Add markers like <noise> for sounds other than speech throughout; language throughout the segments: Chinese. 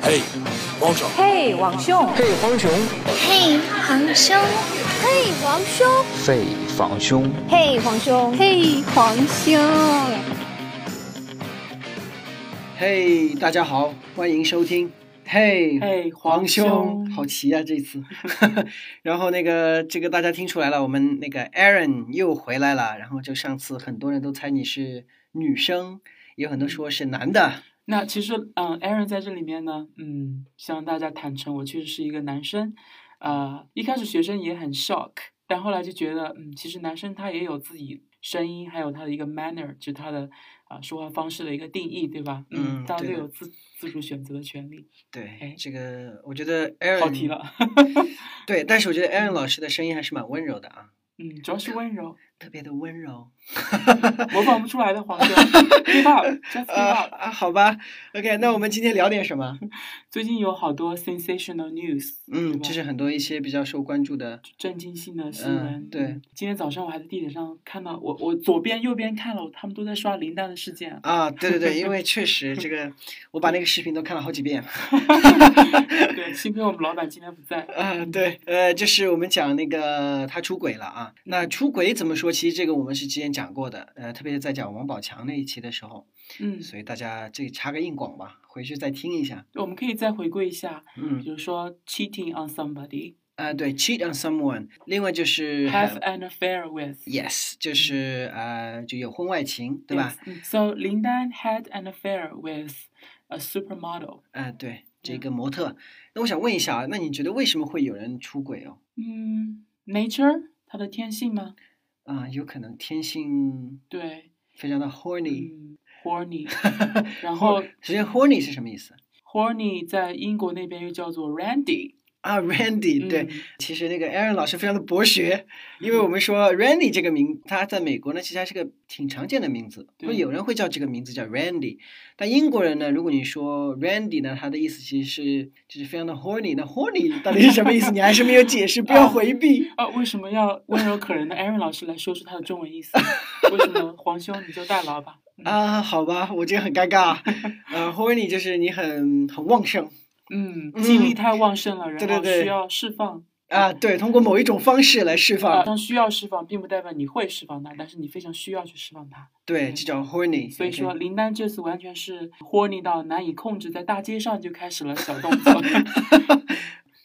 嘿，王爽，嘿，王兄，嘿，皇兄，嘿，皇兄，嘿，皇兄，嘿，皇兄，嘿，皇兄，嘿，皇兄。嘿大家好，欢迎收听。嘿、嘿皇皇兄，兄好齐啊，这次。 <laughs> 然后那个，这个大家听出来了，我们那个 Aaron 又回来了。然后就上次很多人都猜你是女生，也有很多说是男的。那其实，嗯，Aaron 在这里面呢，嗯，向大家坦诚，我确实是一个男生。呃，一开始学生也很 shock，但后来就觉得，嗯，其实男生他也有自己声音，还有他的一个 manner，就是他的啊、说话方式的一个定义，对吧？嗯大家都对的有自自主选择的权利。对哎，这个我觉得 Aaron 跑题了。对，但是我觉得 Aaron 老师的声音还是蛮温柔的啊， <laughs> 嗯，主要是温柔，特别的温柔。模仿不出来的 <laughs> 黄哥，give up，just give 啊 up。啊，好吧，OK，那我嗯们今天聊点什么？最近有好多 sensational news，对嗯，吧就是很多一些比较受关注的，震惊性的新嗯闻。对，今天早上我还在地铁上看到，我我左边右边看了，他们都在刷林丹的事 <laughs> 件。啊，对对对，因为确实这个，我把那个视频都看了好几遍。对，幸亏我们老板今天不在。啊，对，呃，就是我们讲那个他出轨了啊。那出轨怎么说？其实这个我们是之前讲过的，呃，特别是在讲王宝强那一期的时候，嗯，所以大家这插个硬广吧，回去再听一下。我们可以再回归一下，嗯比，如说 cheating on somebody, 啊，对，cheat on someone，另外就是还 have an affair with， yes，就是呃，就有婚外情，对吧？ Yes. 嗯 So 林丹 had an affair with a supermodel. 啊，对，这嗯个模特。那我想问一下啊，那你觉得为什么会有人出轨哦？嗯，nature，他的天性吗？啊，有可能天性对，非常的 horny，嗯，horny，<laughs> 然后首先 horny 是什么意思？ horny 在英国那边又叫做 randy。啊，Randy，对，嗯其实那个 Aaron 老师非常的博学，因为我们说 Randy 这个名，他在美国呢，其实还是个挺常见的名字，对会有人会叫这个名字叫 Randy，但英国人呢，如果你说 Randy 呢，他的意思其实是就是非常的 horny，那 horny 到底是什么意思？你还是没有解释，不要回避。啊，为什么要温柔可人的 Aaron 老师来说出他的中文意思？为什 <laughs> 么黄兄你就代劳吧？嗯啊，好吧，我觉得很尴尬。呃，horny 就是你很很旺盛嗯，嗯精力太旺盛了，对然对后对需要释放。啊，对，通过某一种方式来释啊，放，当需要释放，并不代表你会释放它，但是你非常需要去释放它。对，就叫 horny。所以说，林丹这次完全是 horny 到难以控制，在大街上就开始了小动 <laughs> 作。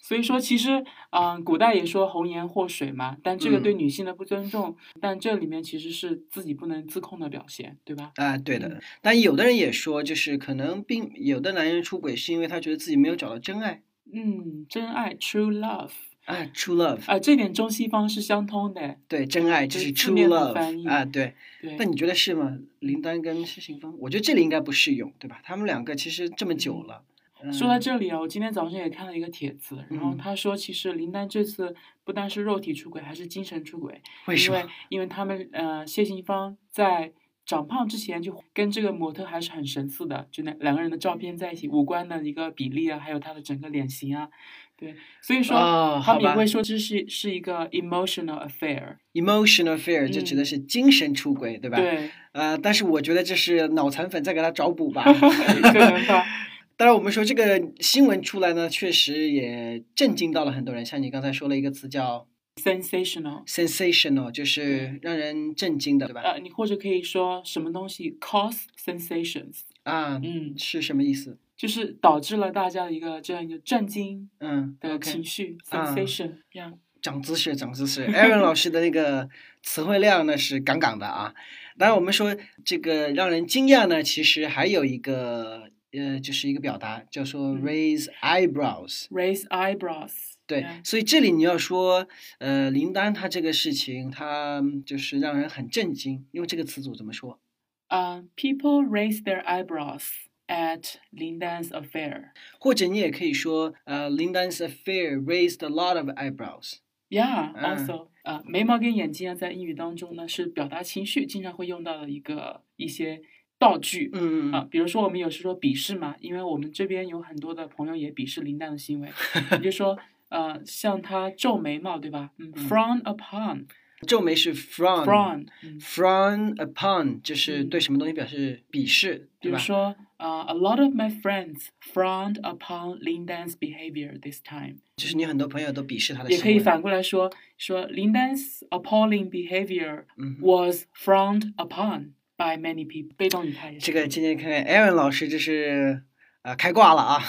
所以说，其实，嗯、古代也说红颜祸水嘛，但这个对嗯女性的不尊重，但这里面其实是自己不能自控的表现，对吧？啊，对的嗯，但有的人也说，就是可能并有的男人出轨是因为他觉得自己没有找到真爱嗯，真爱 true love。啊，true love，啊，这点中西方是相通的。对，真爱就就是是字 true 面的翻 love 译啊，对。对，那你觉得是吗？林丹跟施行峰，我觉得这里应该不适用，对吧？他们两个其实这么久了，说到嗯这里啊，我今天早上也看了一个帖子，然后嗯他说，其实林丹这次不单是肉体出轨，还是精神出轨，为什因为么？因为他们呃，谢杏芳在。长胖之前就跟这个模特还是很神似的，就那两个人的照片在一起，五官的一个比例啊，还有他的整个脸型啊，对，所以说、哦好他们也吧会说这是是一个 emotional affair， emotional affair 就指的嗯是精神出轨，对吧？。 <laughs> 对，呃，但是我觉得这是脑残粉在给他找补 <laughs> 吧。可能吧， <laughs> <laughs> 当然，我们说这个新闻出来呢，确实也震惊到了很多人。像你刚才说了一个词叫 sensational， sensational 嗯就是让人震惊的，对吧？呃，你或者可以说什么东西 cause sensations，啊，嗯，是什么意思？就是导致了大家的一个这样一个震惊嗯的，OK，呃情绪、啊 sensation，这样长知识，长知识。Aaron 老师的那个词汇量呢是杠杠的啊。当然，我们说这个让人惊讶呢，其实还有一个呃，就是一个表达叫说嗯 raise eyebrows。 raise eyebrows，对 yeah，所以这里你要说，呃，林丹她这个事情，她就是让人很震惊。用这个词组怎么说？嗯、p e o p l e raise their eyebrows at Lin Dan's affair。或者你也可以说，呃，林丹 's affair raised a lot of eyebrows。 Yeah, 啊 also，呃，眉毛跟眼睛啊，在英语当中呢是表达情绪经常会用到的一个一些道具。嗯，啊，比如说我们有时说鄙视嘛，因为我们这边有很多的朋友也鄙视林丹的行为，你就说呃，像他皱眉毛对吧？嗯嗯，frown upon，皱眉是 frown frown，嗯 frown upon 就是嗯对什么东西表示鄙视，比对如吧？说，呃、a lot of my friends frowned upon Lin Dan's behavior this time。就是你很多朋友都鄙视他的也可以行为。反过来说，说 Lin Dan's appalling behavior 嗯哼 was frowned upon by many people。被动语态也是这个今天看看 Aaron 老师，这是啊、呃开挂了 <laughs> 啊！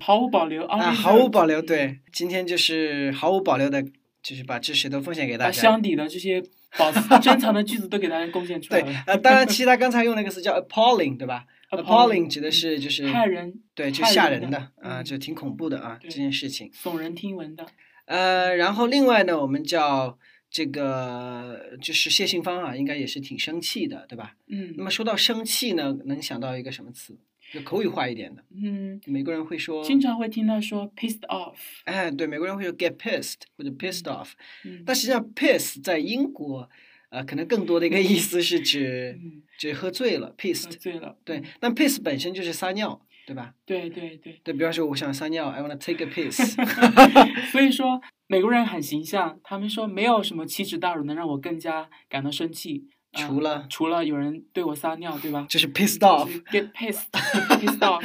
毫无保留 <laughs> 啊，毫无保留，，对，今天就是毫无保留的，就是把知识都奉献给把大家箱。底的这些保 <laughs> 珍藏的句子都给大家贡献出来对了。，啊呃，当然，其实他刚才用那个词叫 appalling，对吧 Appalling， ？appalling 指的是就是害人，对，就害吓人人的的啊，嗯就挺恐怖的啊，这对件事情。耸人听闻的。呃，然后另外呢，我们叫这个就是谢杏芳啊，应该也是挺生气的，对吧？嗯，那么说到生气呢，能想到一个什么词？就口语化一点的，嗯，美国人会说，经常会听到说 pissed off。哎，对，美国人会说 get pissed 或者 pissed off，嗯，但实际上，piss 在英国，呃，可能更多的一个意思是指嗯，指喝醉了喝，pissed。醉了。对，那 piss 本身就是撒尿，对吧？对对对。对，比方说我想撒尿，I wanna take a <laughs> piss。啊所以说，美国人很形象，他们说没有什么奇耻大辱能让我更加感到生气，呃除了除了有人对我撒尿，对吧？就是 pissed 就是 off。 get pissed <laughs> pissed off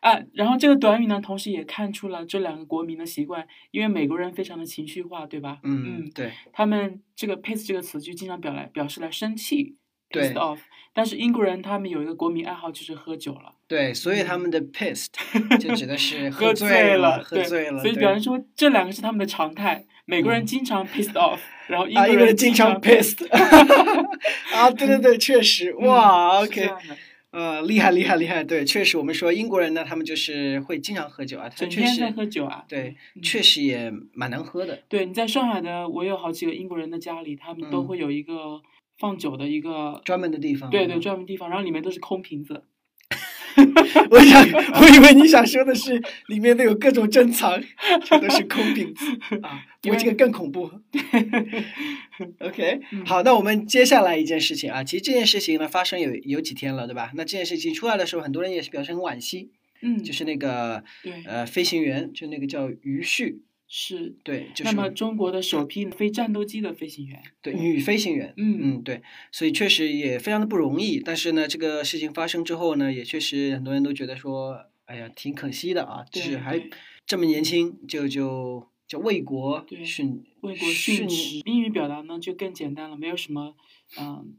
啊。然后这个短语呢，同时也看出了这两个国民的习惯，因为美国人非常的情绪化，对吧？嗯，对，他们这个 piss 这个词就经常表来表示来生气对，pissed off。但是英国人他们有一个国民爱好就是喝酒了，对，所以他们的 pissed <laughs> 就指的是嗯喝醉了，喝醉对了。所以对表示说这两个是他们的常态。美国人嗯经常 pissed off，然后英啊，国因为人经常常 pissed。啊，对对对，确实，<laughs> 嗯哇是这，OK，样的呃，厉害厉害厉害，对，确实，我们说英国人呢，他们就是会经常喝酒啊，他整确天在实，喝酒啊。对，嗯确实也蛮能喝的。对，你在上海的，我有好几个英国人的家里，他们都嗯会有一个放酒的一个，专门的地方。嗯对对，专门地方，然后里面都是空瓶子，我想，我以为你想说的是里面都有各种珍藏，这都是空瓶子啊，不因过为这个更恐 <laughs> 怖。OK，嗯好，那我们接下来一件事情啊，其实这件事情呢发生有有几天了，对吧？那这件事情出来的时候，很多人也是表示很惋惜，嗯，就是那个对，呃飞行员，就那个叫于旭，是。对，就那是么中国的首批非战斗机的飞行员，对女飞行员，嗯嗯，对，所以确实也非常的不容易。但是呢，这个事情发生之后呢，也确实很多人都觉得说，哎呀，挺可惜的啊，就对是还对这么年轻就就就为国对殉为国殉职。英语表达呢就更简单了，没有什么嗯、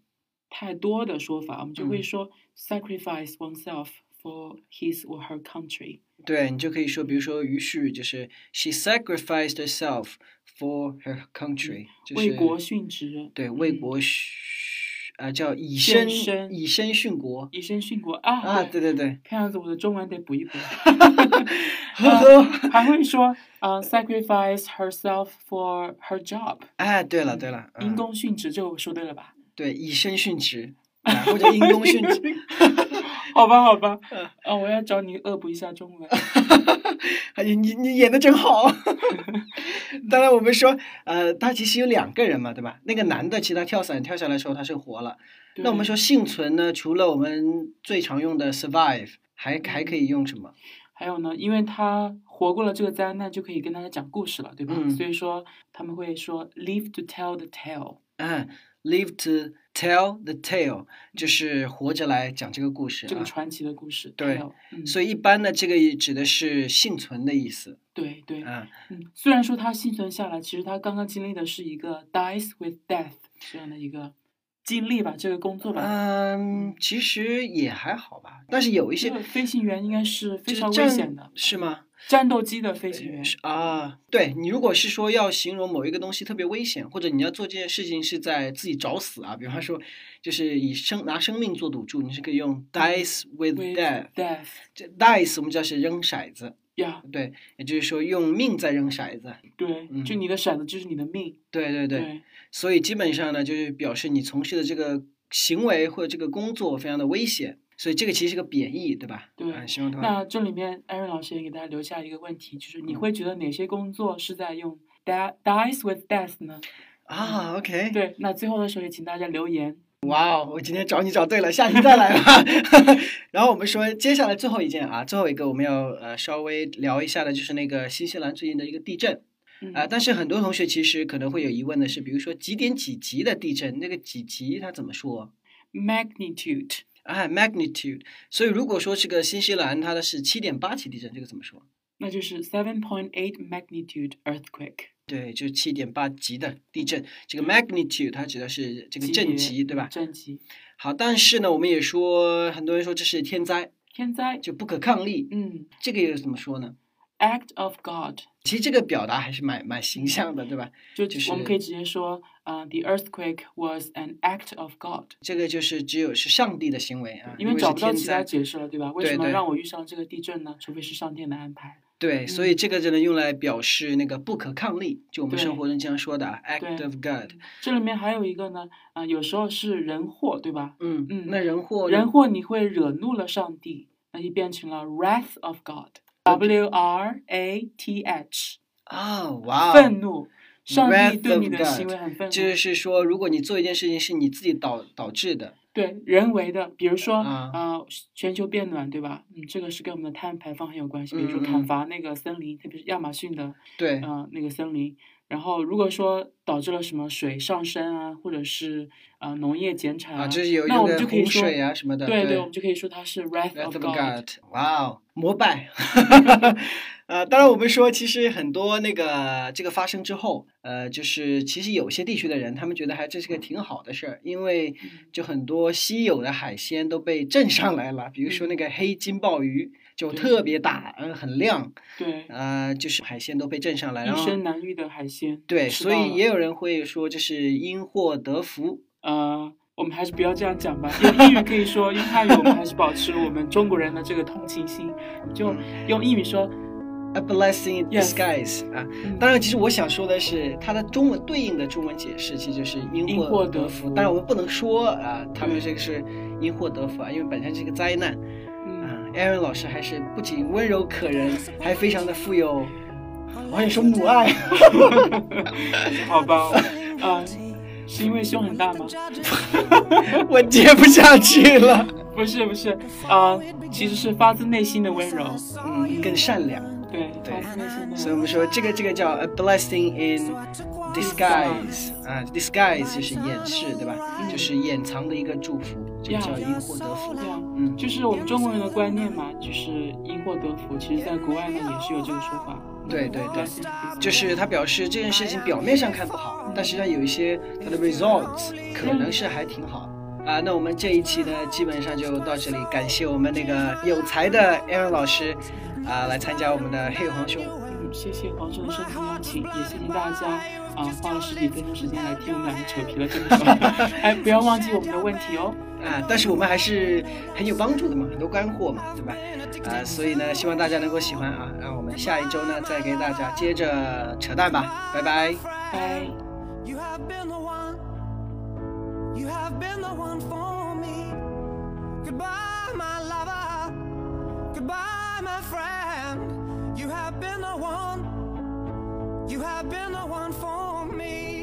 太多的说法，我们就会嗯说、sacrifice oneself for his or her country。对你就可以说，比如说于旭就是 she sacrificed herself for her country，、就是为国殉职，对为嗯国殉啊、叫以身献身以身殉国以身殉国啊！啊，对对对， <laughs> 看样子我的中文得补一补。呵呵。 <laughs> 还会说，呃、s a c r i f i c e herself for her job。哎，对了对了，因嗯公殉职，这我说对了吧？对以身殉 <laughs> 职，啊或者因公殉职，好吧，好吧嗯，啊，我要找你恶补一下中文。哎呀， <laughs> 你你演的真好。 <laughs> 当然，我们说，呃，他其实有两个人嘛，对吧？那个男的，其实他跳伞跳下来的时候他是活了。 <laughs> 那我们对说幸存呢，除了我们最常用的 survive，还还可以用什么？还有呢，因为他活过了这个灾难，就可以跟大家讲故事了，对吧？嗯所以说他们会说 live to tell the tale。嗯，live to tell the tale，就是活着来讲这个故事这个啊。传奇的故事，对 tale，嗯，所以一般呢，这个也指的是幸存的意思对对，啊。嗯，虽然说他幸存下来，其实他刚刚经历的是一个 dies with death 这样的一个经历吧，这个工作吧，嗯，其实也还好吧，但是有一些这个飞行员应该是非就是常危战险的，是吗？战斗机的飞行员，是啊，对你如果是说要形容某一个东西特别危险，或者你要做这件事情是在自己找死啊，比方说就是以生拿生命做赌注，你是可以用 dice with 嗯 with death。 death 这 dice 我们叫是扔骰子，呀、对，也就是说用命在扔骰子。对，就嗯你的骰子就是你的命，对对对，对所以基本上呢，就是表示你从事的这个行为或者这个工作非常的危险，所以这个其实是个贬义，对吧？对啊形容它。那这里面艾瑞老师也给大家留下一个问题，就是嗯你会觉得哪些工作是在用 die- dies with death 呢？啊，OK，对，那最后的时候也请大家留言。哇哦，我今天找你找对了，下期再来 <laughs> 吧。然后我们说，接下来最后一件啊，最后一个我们要呃稍微聊一下的，就是那个新西兰最近的一个地震。嗯啊、但是很多同学其实可能会有疑问的是，比如说几点几级的地震，那个几级它怎么说 magnitude 啊？magnitude。所以如果说这个新西兰它的是七点八级地震，这个怎么说？那就是 seven point eight magnitude earthquake 对，就是七点八级的地震，这个 magnitude 它指的是这个震级，对吧？震级好，但是呢，我们也说很多人说这是天灾，天灾就不可抗力，嗯这个又怎么说呢？ act of God 其实这个表达还是蛮蛮形象的，对吧？就就是我们可以直接说啊、t h e earthquake was an act of God，这个就是只有是上帝的行为啊，因为是找不到天其他灾。解释了，对吧？为对什么对让我遇上这个地震呢？除非是上天的安排。对，所以嗯这个就能用来表示那个不可抗力，就我们对生活中经常说的啊 act 对 of God。这里面还有一个呢，啊、有时候是人祸，对吧？嗯嗯那人祸人祸你会惹怒了上帝，那就变成了 wrath of God。W 哦 R A T H，啊，哇哦，愤怒，上帝 Wrath 对 of 你的 God，行为很愤怒，就是说，如果你做一件事情是你自己导导致的，对人为的，比如说啊呃，全球变暖，对吧？嗯，这个是跟我们的碳排放很有关系。比如说嗯嗯砍嗯伐那个森林，特别是亚马逊的对，呃那个森林，然后如果说导致了什么水上升啊，或者是呃农业减产啊，就是有那用我们的就可以洪说水啊什么的，对对我们就可以说它是 wrath Wrath of of Oh God。 God，哇哦，膜拜！ <laughs> 呃，当然我们说，其实很多那个这个发生之后，呃，就是其实有些地区的人，他们觉得还这是个挺好的事嗯儿，因为就很多稀有的海鲜都被震上来了，比如说那嗯个黑金鲍鱼就对特别大，嗯，很亮，对，呃，就是海鲜都被震上来，然一后生难遇的海鲜。对，吃所到以了也有人会说这是因祸得福，呃，我们还是不要这样讲吧。用英语可以说，用汉语我们还是保持我们中国人的这个同情心，就嗯用英语说。 A blessing in Yes. disguise 啊嗯，当然，其实我想说的是，它的中文对应的中文解释其实就是因因祸祸得得福。福当然，我们不能说啊，他们对这个是因祸得福啊，因为本身是一个灾难嗯，啊。Aaron 老师还是不仅温柔可人，还非常的富有，我还想说母爱。 <laughs> <laughs> 好吧，呃，是因为胸很大吗？我接不下去了。不是不是，呃，其实是发自内心的温柔，嗯，更善良。对，对发自内心的。所以我们说这个这个叫 a blessing in disguise 啊，disguise 就是掩饰，对吧？就是掩藏的一个祝福，这个 Yeah 叫因祸得福。对啊，嗯就是我们中国人的观念嘛，就是因祸得福。其实，在国外呢也是有这个说法。对对对，对就是他表示这件事情表面上看不好，但实际上有一些它的 results 可能是还挺好的。啊，那我们这一期呢，基本上就到这里，感谢我们那个有才的 Aaron 老师，啊，来参加我们的黑黄兄。嗯谢谢黄总的盛情邀请，也谢谢大家啊、花了十几分钟时间来听我们两个扯皮了这么久。 <laughs> 哎，不要忘记我们的问题哦。啊，但是我们还是很有帮助的嘛，很多干货嘛，对吧？啊，所以呢，希望大家能够喜欢啊。那我们下一周呢，再给大家接着扯淡吧，拜拜。拜。 You have been the one. You have been the one for me. Goodbye, my lover. Goodbye, my friend. You have been the one. You have been the one for me.